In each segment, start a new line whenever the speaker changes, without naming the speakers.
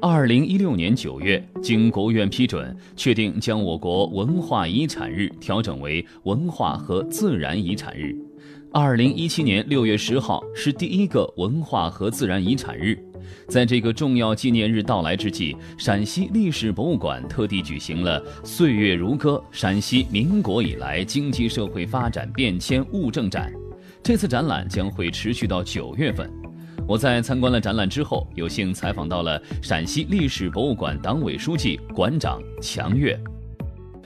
二零一六年九月，经国务院批准，确定将我国文化遗产日调整为文化和自然遗产日。二零一七年六月十号是第一个文化和自然遗产日。在这个重要纪念日到来之际，陕西历史博物馆特地举行了“岁月如歌：陕西民国以来经济社会发展变迁物证展”。这次展览将会持续到九月份。我在参观了展览之后，有幸采访到了陕西历史博物馆党委书记、馆长强越。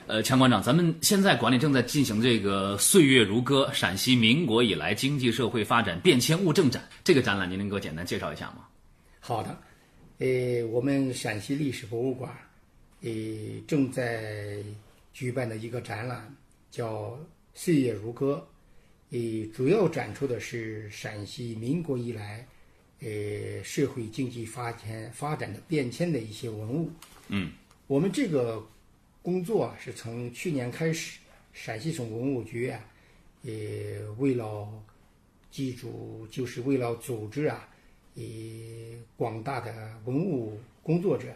呃，强馆长，咱们现在馆里正在进行这个“岁月如歌：陕西民国以来经济社会发展变迁物证展”这个展览，您能给我简单介绍一下吗？
好的，呃，我们陕西历史博物馆，呃，正在举办的一个展览叫《岁月如歌》，呃，主要展出的是陕西民国以来。呃，社会经济发展发展的变迁的一些文物。
嗯，
我们这个工作啊，是从去年开始，陕西省文物局啊，呃，为了记住，就是为了组织啊，呃，广大的文物工作者，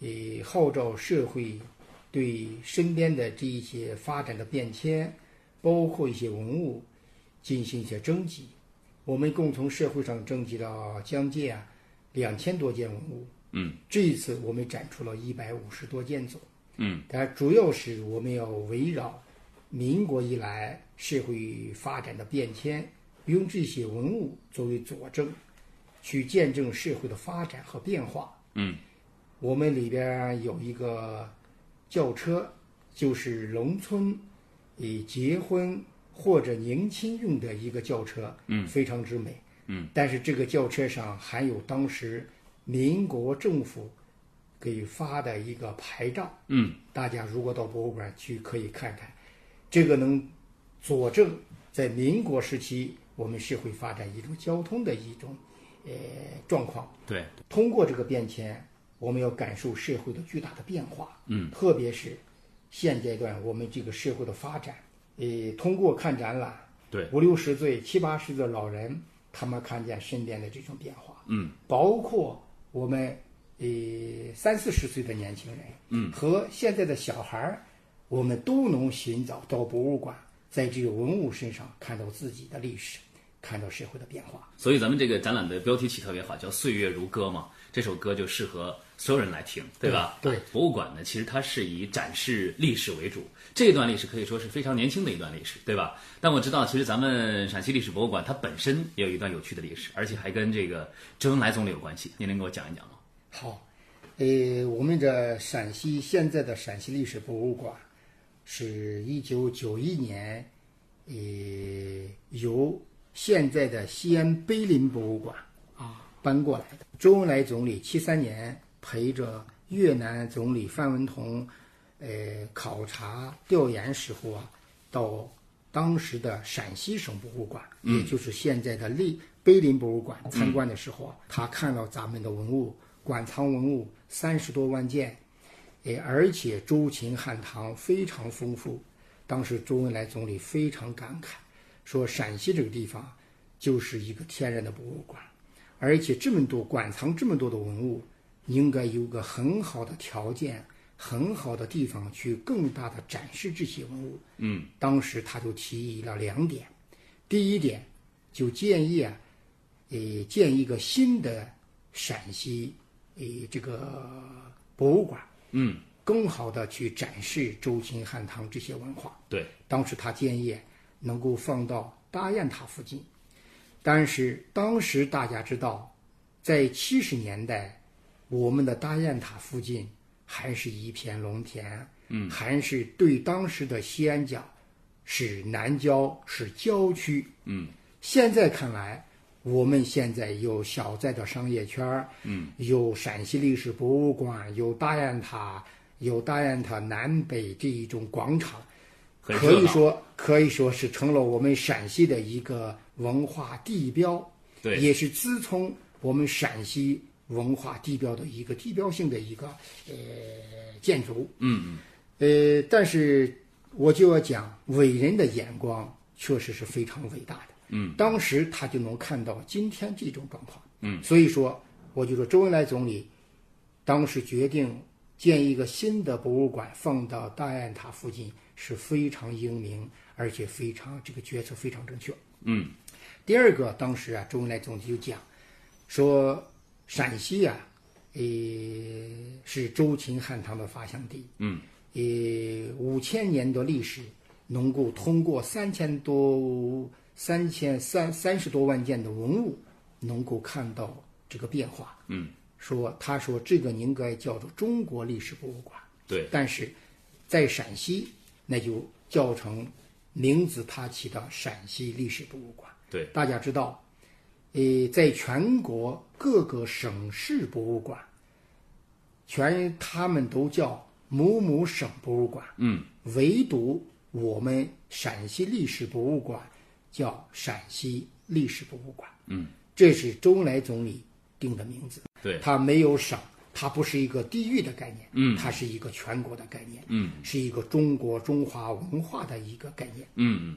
呃，号召社会对身边的这一些发展的变迁，包括一些文物，进行一些征集。我们共从社会上征集了将近啊两千多件文物，
嗯，
这一次我们展出了一百五十多件总，
嗯，
但主要是我们要围绕民国以来社会发展的变迁，用这些文物作为佐证，去见证社会的发展和变化。
嗯，
我们里边有一个轿车，就是农村以结婚。或者迎亲用的一个轿车，
嗯，
非常之美，
嗯，
但是这个轿车上含有当时民国政府给发的一个牌照，
嗯，
大家如果到博物馆去可以看看，这个能佐证在民国时期我们社会发展一种交通的一种呃状况。
对，
通过这个变迁，我们要感受社会的巨大的变化。
嗯，
特别是现阶段我们这个社会的发展，呃，通过看展览，
对
五六十岁、七八十岁的老人，他们看见身边的这种变化，
嗯，
包括我们呃三四十岁的年轻人，嗯，和现在的小孩儿，我们都能寻找到博物馆，在这个文物身上看到自己的历史，看到社会的变化。
所以咱们这个展览的标题起特别好，叫“岁月如歌”嘛，这首歌就适合所有人来听，对吧？
对对
博物馆呢，其实它是以展示历史为主，这段历史可以说是非常年轻的一段历史，对吧？但我知道，其实咱们陕西历史博物馆它本身也有一段有趣的历史，而且还跟这个周恩来总理有关系，您能给我讲一讲吗？
好，呃，我们这陕西现在的陕西历史博物馆，是一九九一年，呃，由现在的西安碑林博物馆啊搬过来的。周恩来总理七三年陪着越南总理范文同，呃，考察调研时候啊，到当时的陕西省博物馆，也就是现在的历碑林博物馆参观的时候啊，他看到咱们的文物馆藏文物三十多万件，诶，而且周秦汉唐非常丰富。当时周恩来总理非常感慨，说陕西这个地方就是一个天然的博物馆，而且这么多馆藏这么多的文物，应该有个很好的条件、很好的地方去更大的展示这些文物。
嗯，
当时他就提议了两点，第一点就建议啊，呃，建一个新的陕西呃这个博物馆，
嗯，
更好的去展示周秦汉唐这些文化。
对，
当时他建议能够放到大雁塔附近，但是当时大家知道，在七十年代，我们的大雁塔附近还是一片农田，嗯，还是对当时的西安讲是南郊是郊区，
嗯，
现在看来。我们现在有小寨的商业圈儿，嗯，有陕西历史博物馆，有大雁塔，有大雁塔南北这一种广场，
很
可
热
以
闹，
说可以说是成了我们陕西的一个文化地标，
对
也是自从我们陕西文化地标的一个地标性的一个呃建筑。
嗯
呃，但是我就要讲，伟人的眼光确实是非常伟大的。
嗯，
当时他就能看到今天这种状况。
嗯，
所以说我就说周恩来总理当时决定建一个新的博物馆放到大雁塔附近是非常英明，而且非常这个决策非常正确。
嗯，
第二个，当时啊，周恩来总理就讲说，陕西啊，呃，是周秦汉唐的发祥地。
嗯，
呃，五千年的历史，能够通过三千多、三千三三十多万件的文物，能够看到这个变化。
嗯，
说他说这个应该叫做中国历史博物馆。
对，
但是在陕西，那就叫成名字他起的陕西历史博物馆。
对，
大家知道，呃，在全国各个省市博物馆，全他们都叫某某省博物馆，
嗯，
唯独我们陕西历史博物馆叫陕西历史博物馆，
嗯，
这是周恩来总理定的名字。
对，
它没有省，它不是一个地域的概念，
嗯
它是一个全国的概念，
嗯，
是一个中国中华文化的一个概念。
嗯。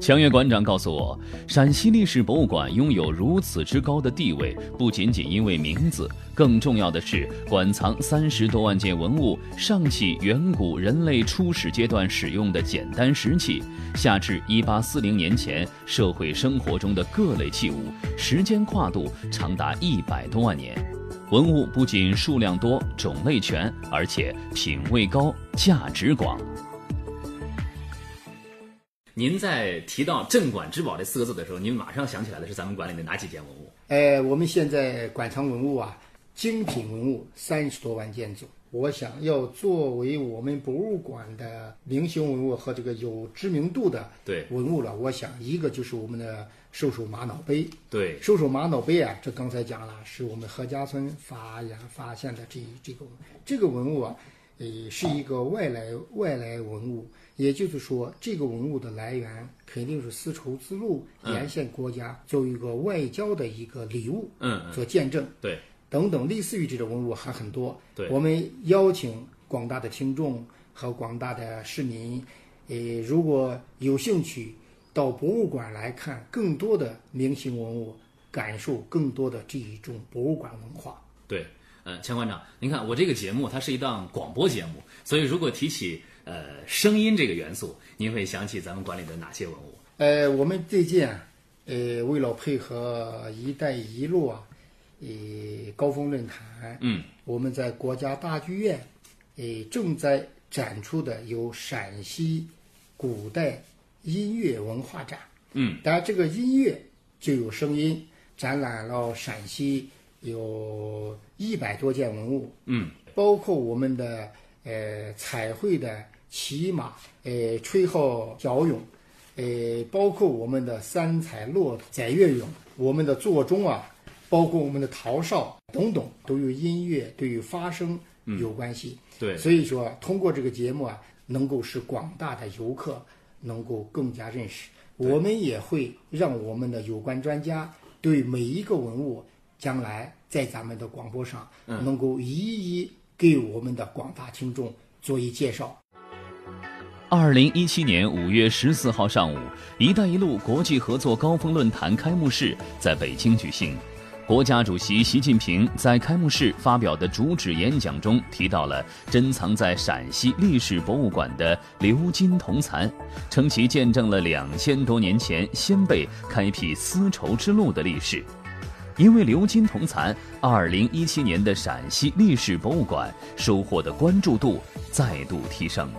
强越馆长告诉我，陕西历史博物馆拥有如此之高的地位，不仅仅因为名字，更重要的是馆藏三十多万件文物，上起远古人类初始阶段使用的简单石器，下至一八四零年前社会生活中的各类器物，时间跨度长达一百多万年。文物不仅数量多、种类全，而且品位高、价值广。
您在提到“镇馆之宝”这四个字的时候，您马上想起来的是咱们馆里的哪几件文物？
呃，我们现在馆藏文物啊，精品文物三十多万件组。我想要作为我们博物馆的明星文物和这个有知名度的
对
文物了，我想一个就是我们的兽首玛瑙杯。
对，
兽首玛瑙杯啊，这刚才讲了，是我们何家村发呀发现的这一这个这个文物啊，呃，是一个外来外来文物，也就是说，这个文物的来源肯定是丝绸之路沿线国家作为一个外交的一个礼物
嗯嗯，
做见证。
对，
等等，类似于这种文物还很多。
对
我们邀请广大的听众和广大的市民，呃，如果有兴趣到博物馆来看更多的明星文物，感受更多的这一种博物馆文化。
对，呃，钱馆长，您看我这个节目它是一档广播节目，所以如果提起呃声音这个元素，您会想起咱们馆里的哪些文物？
呃，我们最近啊，呃，为了配合“一带一路”啊，呃，高峰论坛，
嗯，
我们在国家大剧院，呃，正在展出的有陕西古代音乐文化展，
嗯，
当然这个音乐就有声音，展览了陕西有一百多件文物，
嗯，
包括我们的呃彩绘的骑马，呃吹号角俑，呃包括我们的三彩骆驼、载月俑，我们的座钟啊，包括我们的陶哨等等，都与音乐、对于发声有关系。
对，
所以说，通过这个节目啊，能够使广大的游客能够更加认识。我们也会让我们的有关专家对每一个文物，将来在咱们的广播上能够一一给我们的广大听众做一介绍。
二零一七年五月十四号上午，“一带一路”国际合作高峰论坛开幕式在北京举行。国家主席习近平在开幕式发表的主旨演讲中提到了珍藏在陕西历史博物馆的鎏金铜蚕，称其见证了两千多年前先辈开辟丝绸之路的历史。因为鎏金铜蚕，二零一七年的陕西历史博物馆收获的关注度再度提升。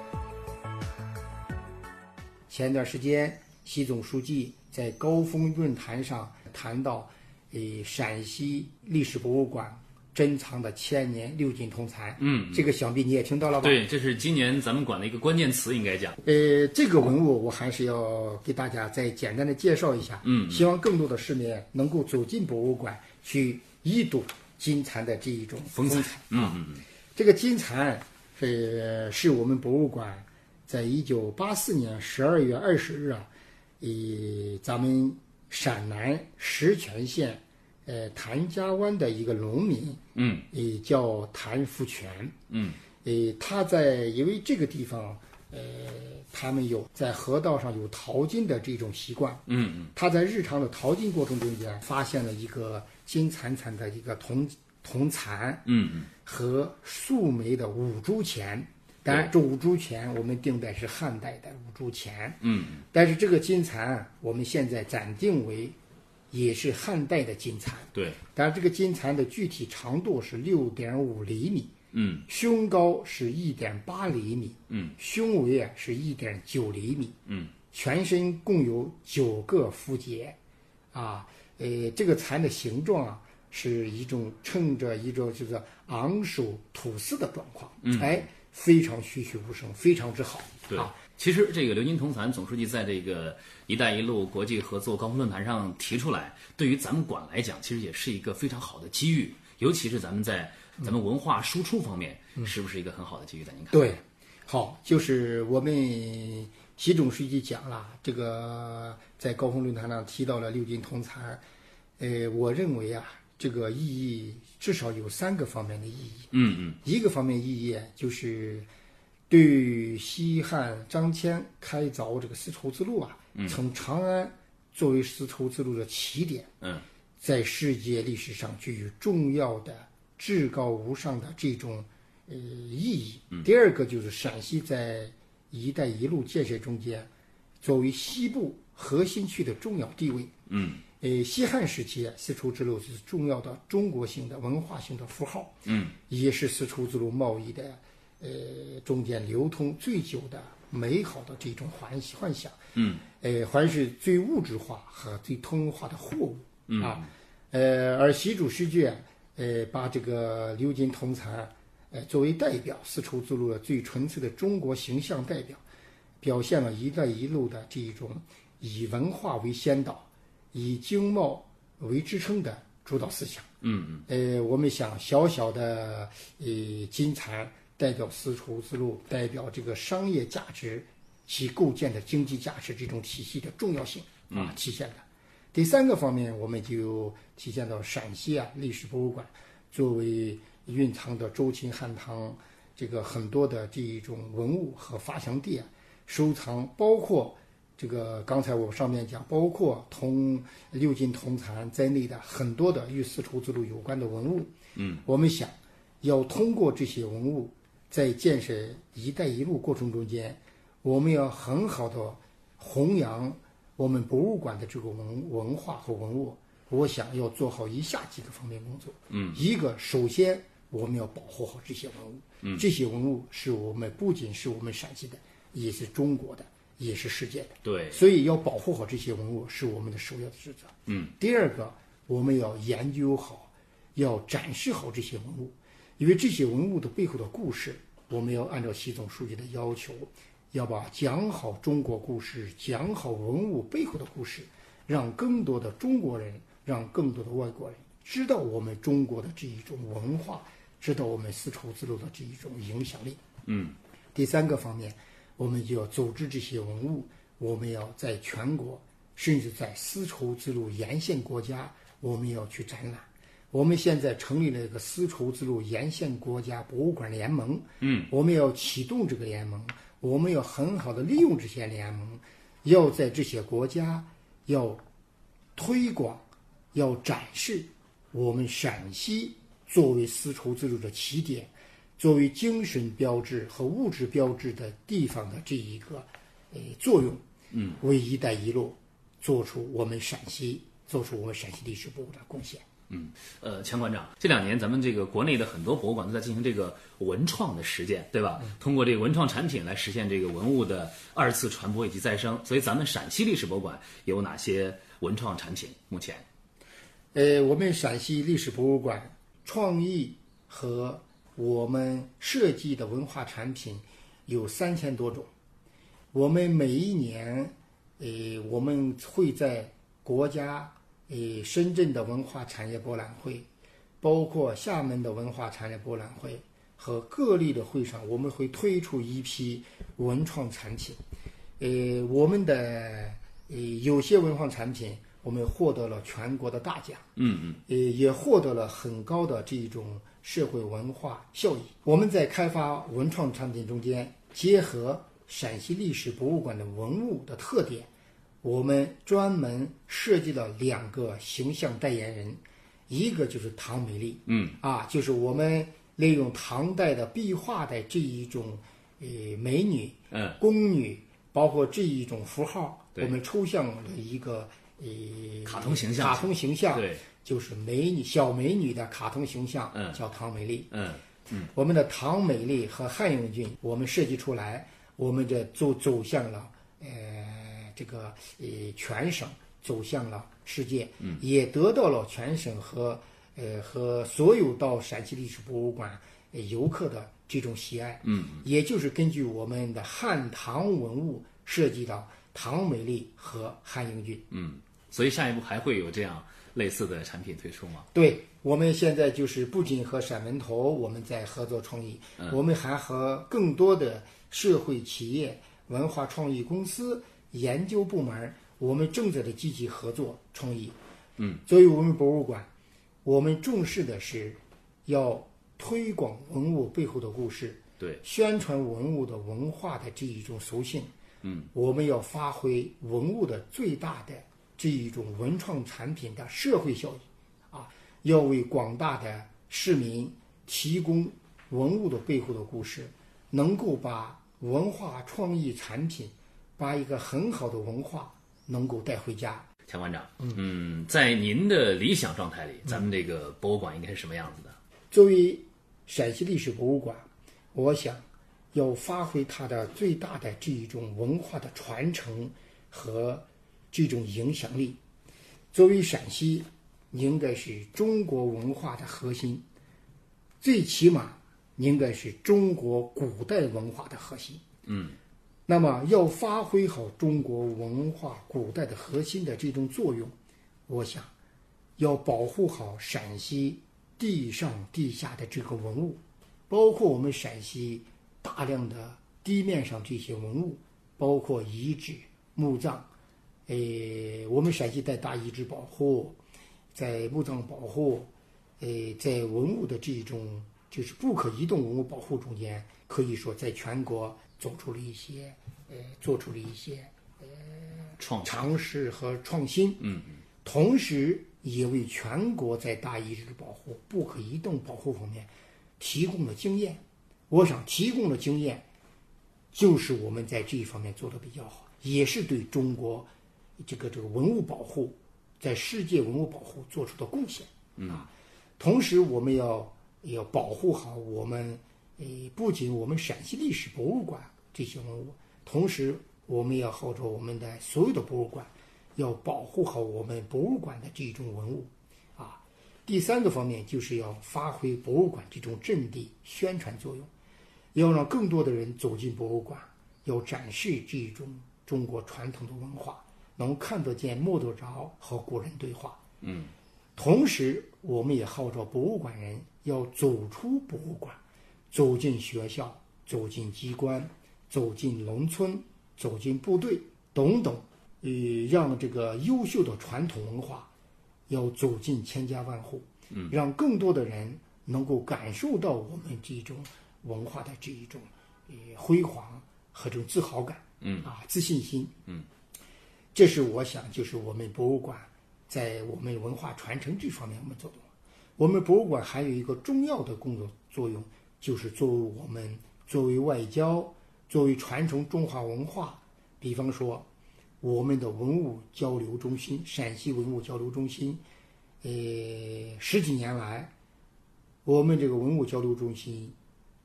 前段时间，习总书记在高峰论坛上谈到，呃，陕西历史博物馆珍藏的千年六金铜蚕，
嗯，
这个想必你也听到了吧？
对，这是今年咱们馆的一个关键词，应该讲。
呃，这个文物我还是要给大家再简单的介绍一下，嗯，希望更多的市民能够走进博物馆去一睹金蚕的这一种风采。
嗯嗯嗯，
这个金蚕，呃，是我们博物馆在一九八四年十二月二十日啊，呃，咱们陕南石泉县，呃，谭家湾的一个农民，
嗯，
呃，叫谭福全，嗯，呃，他在因为这个地方，呃，他们有在河道上有淘金的这种习惯，
嗯嗯，
他在日常的淘金过程中间发现了一个金灿灿的一个铜铜蟾，
嗯嗯，
和素梅的五铢钱。当然，这五铢钱我们定在是汉代的五铢钱，
嗯，
但是这个金蟾啊我们现在暂定为也是汉代的金蟾。
对，
当然，这个金蟾的具体长度是六点五厘米，
嗯
胸高是一点八厘米，
嗯，
胸围啊是一点九厘米，
嗯，
全身共有九个肤节，啊，呃，这个蚕的形状啊是一种衬着一种就是昂首吐丝的状况，嗯，哎，非常栩栩如生，非常之好，
对
啊，。
其实这个刘金铜蚕总书记在这个“一带一路”国际合作高峰论坛上提出来，对于咱们馆来讲，其实也是一个非常好的机遇，尤其是咱们在咱们文化输出方面，是不是一个很好的机遇？在您看，
对，好，就是我们习总书记讲了，这个在高峰论坛上提到了六金铜蚕，呃，我认为啊，这个意义至少有三个方面的意义。
嗯嗯
一个方面意义啊就是对西汉张骞开凿这个丝绸之路啊，从长安作为丝绸之路的起点，
嗯，
在世界历史上具有重要的、至高无上的这种呃意义。第二个就是陕西在“一带一路”建设中间，作为西部核心区的重要地位。
嗯
呃，西汉时期啊，丝绸之路是重要的中国性的文化性的符号，
嗯，
也是丝绸之路贸易的呃中间流通最久的美好的这种幻幻想，
嗯，
呃，还是最物质化和最通化的货物，嗯啊，呃，而习主席啊，呃，把这个鎏金铜蚕，呃，作为代表丝绸之路的最纯粹的中国形象代表，表现了“一带一路”的这一种以文化为先导、以经贸为支撑的主导思想。
嗯
呃，我们想小小的呃金蚕代表丝绸之路，代表这个商业价值其构建的经济价值这种体系的重要性啊体现的。第三个方面，我们就体现到陕西啊历史博物馆作为蕴藏的周秦汉唐这个很多的这一种文物和发祥地啊，收藏包括这个刚才我上面讲，包括铜六金铜蚕在内的很多的与丝绸之路有关的文物。嗯，我们想要通过这些文物，在建设“一带一路”过程中间，我们要很好的弘扬我们博物馆的这个文文化和文物。我想要做好以下几个方面工作。嗯，一个首先我们要保护好这些文物。嗯，这些文物是我们不仅是我们陕西的，也是中国的，也是世界的。
对，
所以要保护好这些文物是我们的首要职责。
嗯，
第二个，我们要研究好，要展示好这些文物，因为这些文物的背后的故事，我们要按照习总书记的要求，要把讲好中国故事，讲好文物背后的故事，让更多的中国人，让更多的外国人知道我们中国的这一种文化，知道我们丝绸之路的这一种影响力。
嗯
第三个方面，我们就要组织这些文物，我们要在全国，甚至在丝绸之路沿线国家，我们要去展览。我们现在成立了一个丝绸之路沿线国家博物馆联盟，
嗯，
我们要启动这个联盟，我们要很好的利用这些联盟，要在这些国家要推广，要展示我们陕西作为丝绸之路的起点，作为精神标志和物质标志的地方的这一个呃作用，嗯，为“一带一路”做出我们陕西做出我们陕西历史博物馆的贡献。
嗯，呃，钱馆长，这两年咱们这个国内的很多博物馆都在进行这个文创的实践，对吧？通过这个文创产品来实现这个文物的二次传播以及再生。所以咱们陕西历史博物馆有哪些文创产品？目前，
呃，我们陕西历史博物馆创意和我们设计的文化产品有三千多种。我们每一年，呃，我们会在国家呃深圳的文化产业博览会，包括厦门的文化产业博览会和各地的会上，我们会推出一批文创产品。呃，我们的呃有些文创产品，我们获得了全国的大奖。
嗯嗯
呃，也获得了很高的这种社会文化效益。我们在开发文创产品中间，结合陕西历史博物馆的文物的特点，我们专门设计了两个形象代言人，一个就是唐美丽，
嗯，
啊，就是我们利用唐代的壁画的这一种呃美女、
嗯，
宫女，包括这一种符号，
对
我们抽象了一个呃
卡通形象
卡通形象
对，
就是美女小美女的卡通形象，
嗯
叫唐美丽。
嗯，
我们的唐美丽和汉英俊，我们设计出来，我们这走走向了呃这个呃全省，走向了世界，嗯，也得到了全省和呃和所有到陕西历史博物馆、呃游客的这种喜爱，嗯，也就是根据我们的汉唐文物设计的唐美丽和汉英俊。
所以下一步还会有这样类似的产品推出吗？
对，我们现在就是不仅和陕门头我们在合作创意，我们还和更多的社会企业、文化创意公司、研究部门，我们正在的积极合作创意。嗯，作为我们博物馆，我们重视的是要推广文物背后的故事，
对，
宣传文物的文化的这一种属性。嗯，我们要发挥文物的最大的这一种文创产品的社会效益，啊，要为广大的市民提供文物的背后的故事，能够把文化创意产品，把一个很好的文化能够带回家。
田馆长，嗯，在您的理想状态里，咱们这个博物馆应该是什么样子的？
作为陕西历史博物馆，我想要发挥它的最大的这一种文化的传承和这种影响力。作为陕西，应该是中国文化的核心，最起码应该是中国古代文化的核心。那么要发挥好中国文化古代的核心的这种作用，我想要保护好陕西地上地下的这个文物，包括我们陕西大量的地面上这些文物，包括遗址、墓葬，呃，我们陕西在大遗址保护，在墓葬保护，呃，在文物的这种就是不可移动文物保护中间，可以说在全国走出了一些，呃，做出了一些
创
尝试和创新。嗯，同时也为全国在大遗址保护、不可移动保护方面提供了经验。我想提供的经验，就是我们在这一方面做得比较好，也是对中国这个这个文物保护，在世界文物保护做出的贡献。同时，我们要要保护好我们，呃，不仅我们陕西历史博物馆这些文物，同时我们要号召我们的所有的博物馆，要保护好我们博物馆的这种文物，啊。第三个方面就是要发挥博物馆这种阵地宣传作用，要让更多的人走进博物馆，要展示这种中国传统的文化，能看得见、摸得着，和古人对话。同时，我们也号召博物馆人要走出博物馆，走进学校，走进机关，走进农村，走进部队，等等，呃，让这个优秀的传统文化要走进千家万户，嗯，让更多的人能够感受到我们这种文化的这一种呃辉煌和这种自豪感，嗯啊，自信心，这是我想，就是我们博物馆在我们文化传承这方面我们做的。我们博物馆还有一个重要的工作作用，就是作为我们作为外交，作为传承中华文化，比方说我们的文物交流中心，陕西文物交流中心，呃，十几年来，我们这个文物交流中心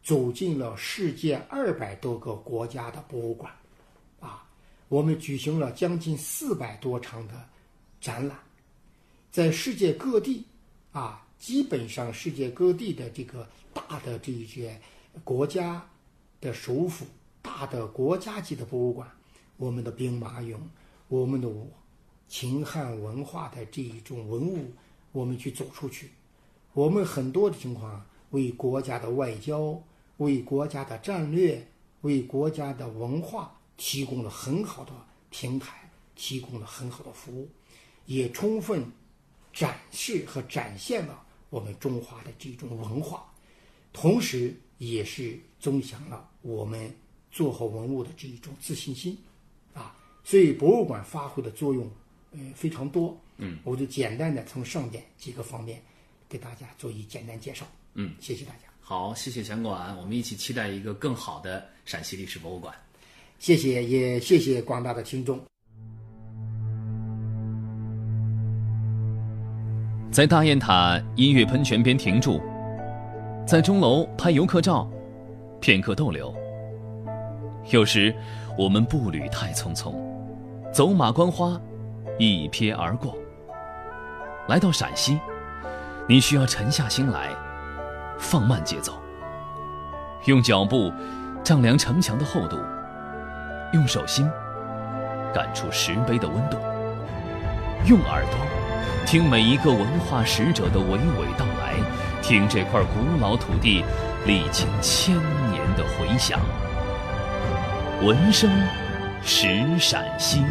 走进了世界二百多个国家的博物馆。啊，我们举行了将近四百多场的展览，在世界各地啊，基本上世界各地的这个大的这一些国家的首府、大的国家级的博物馆，我们的兵马俑，我们的秦汉文化的这一种文物，我们去走出去，我们很多的情况为国家的外交、为国家的战略、为国家的文化提供了很好的平台，提供了很好的服务，也充分展示和展现了我们中华的这种文化，同时也是增强了我们做好文物的这一种自信心。啊，所以博物馆发挥的作用，呃，非常多。嗯，我就简单的从上面几个方面给大家做一简单介绍。
嗯，
谢谢大家，
好，谢谢钱管，我们一起期待一个更好的陕西历史博物馆。
谢谢，也谢谢广大的听众。
在大雁塔音乐喷泉边停住，在钟楼拍游客照，片刻逗留。有时我们步履太匆匆，走马观花，一瞥而过。来到陕西，你需要沉下心来，放慢节奏，用脚步丈量城墙的厚度，用手心感触石碑的温度，用耳朵听每一个文化使者的娓娓道来，听这块古老土地历经千年的回响。闻声识陕西。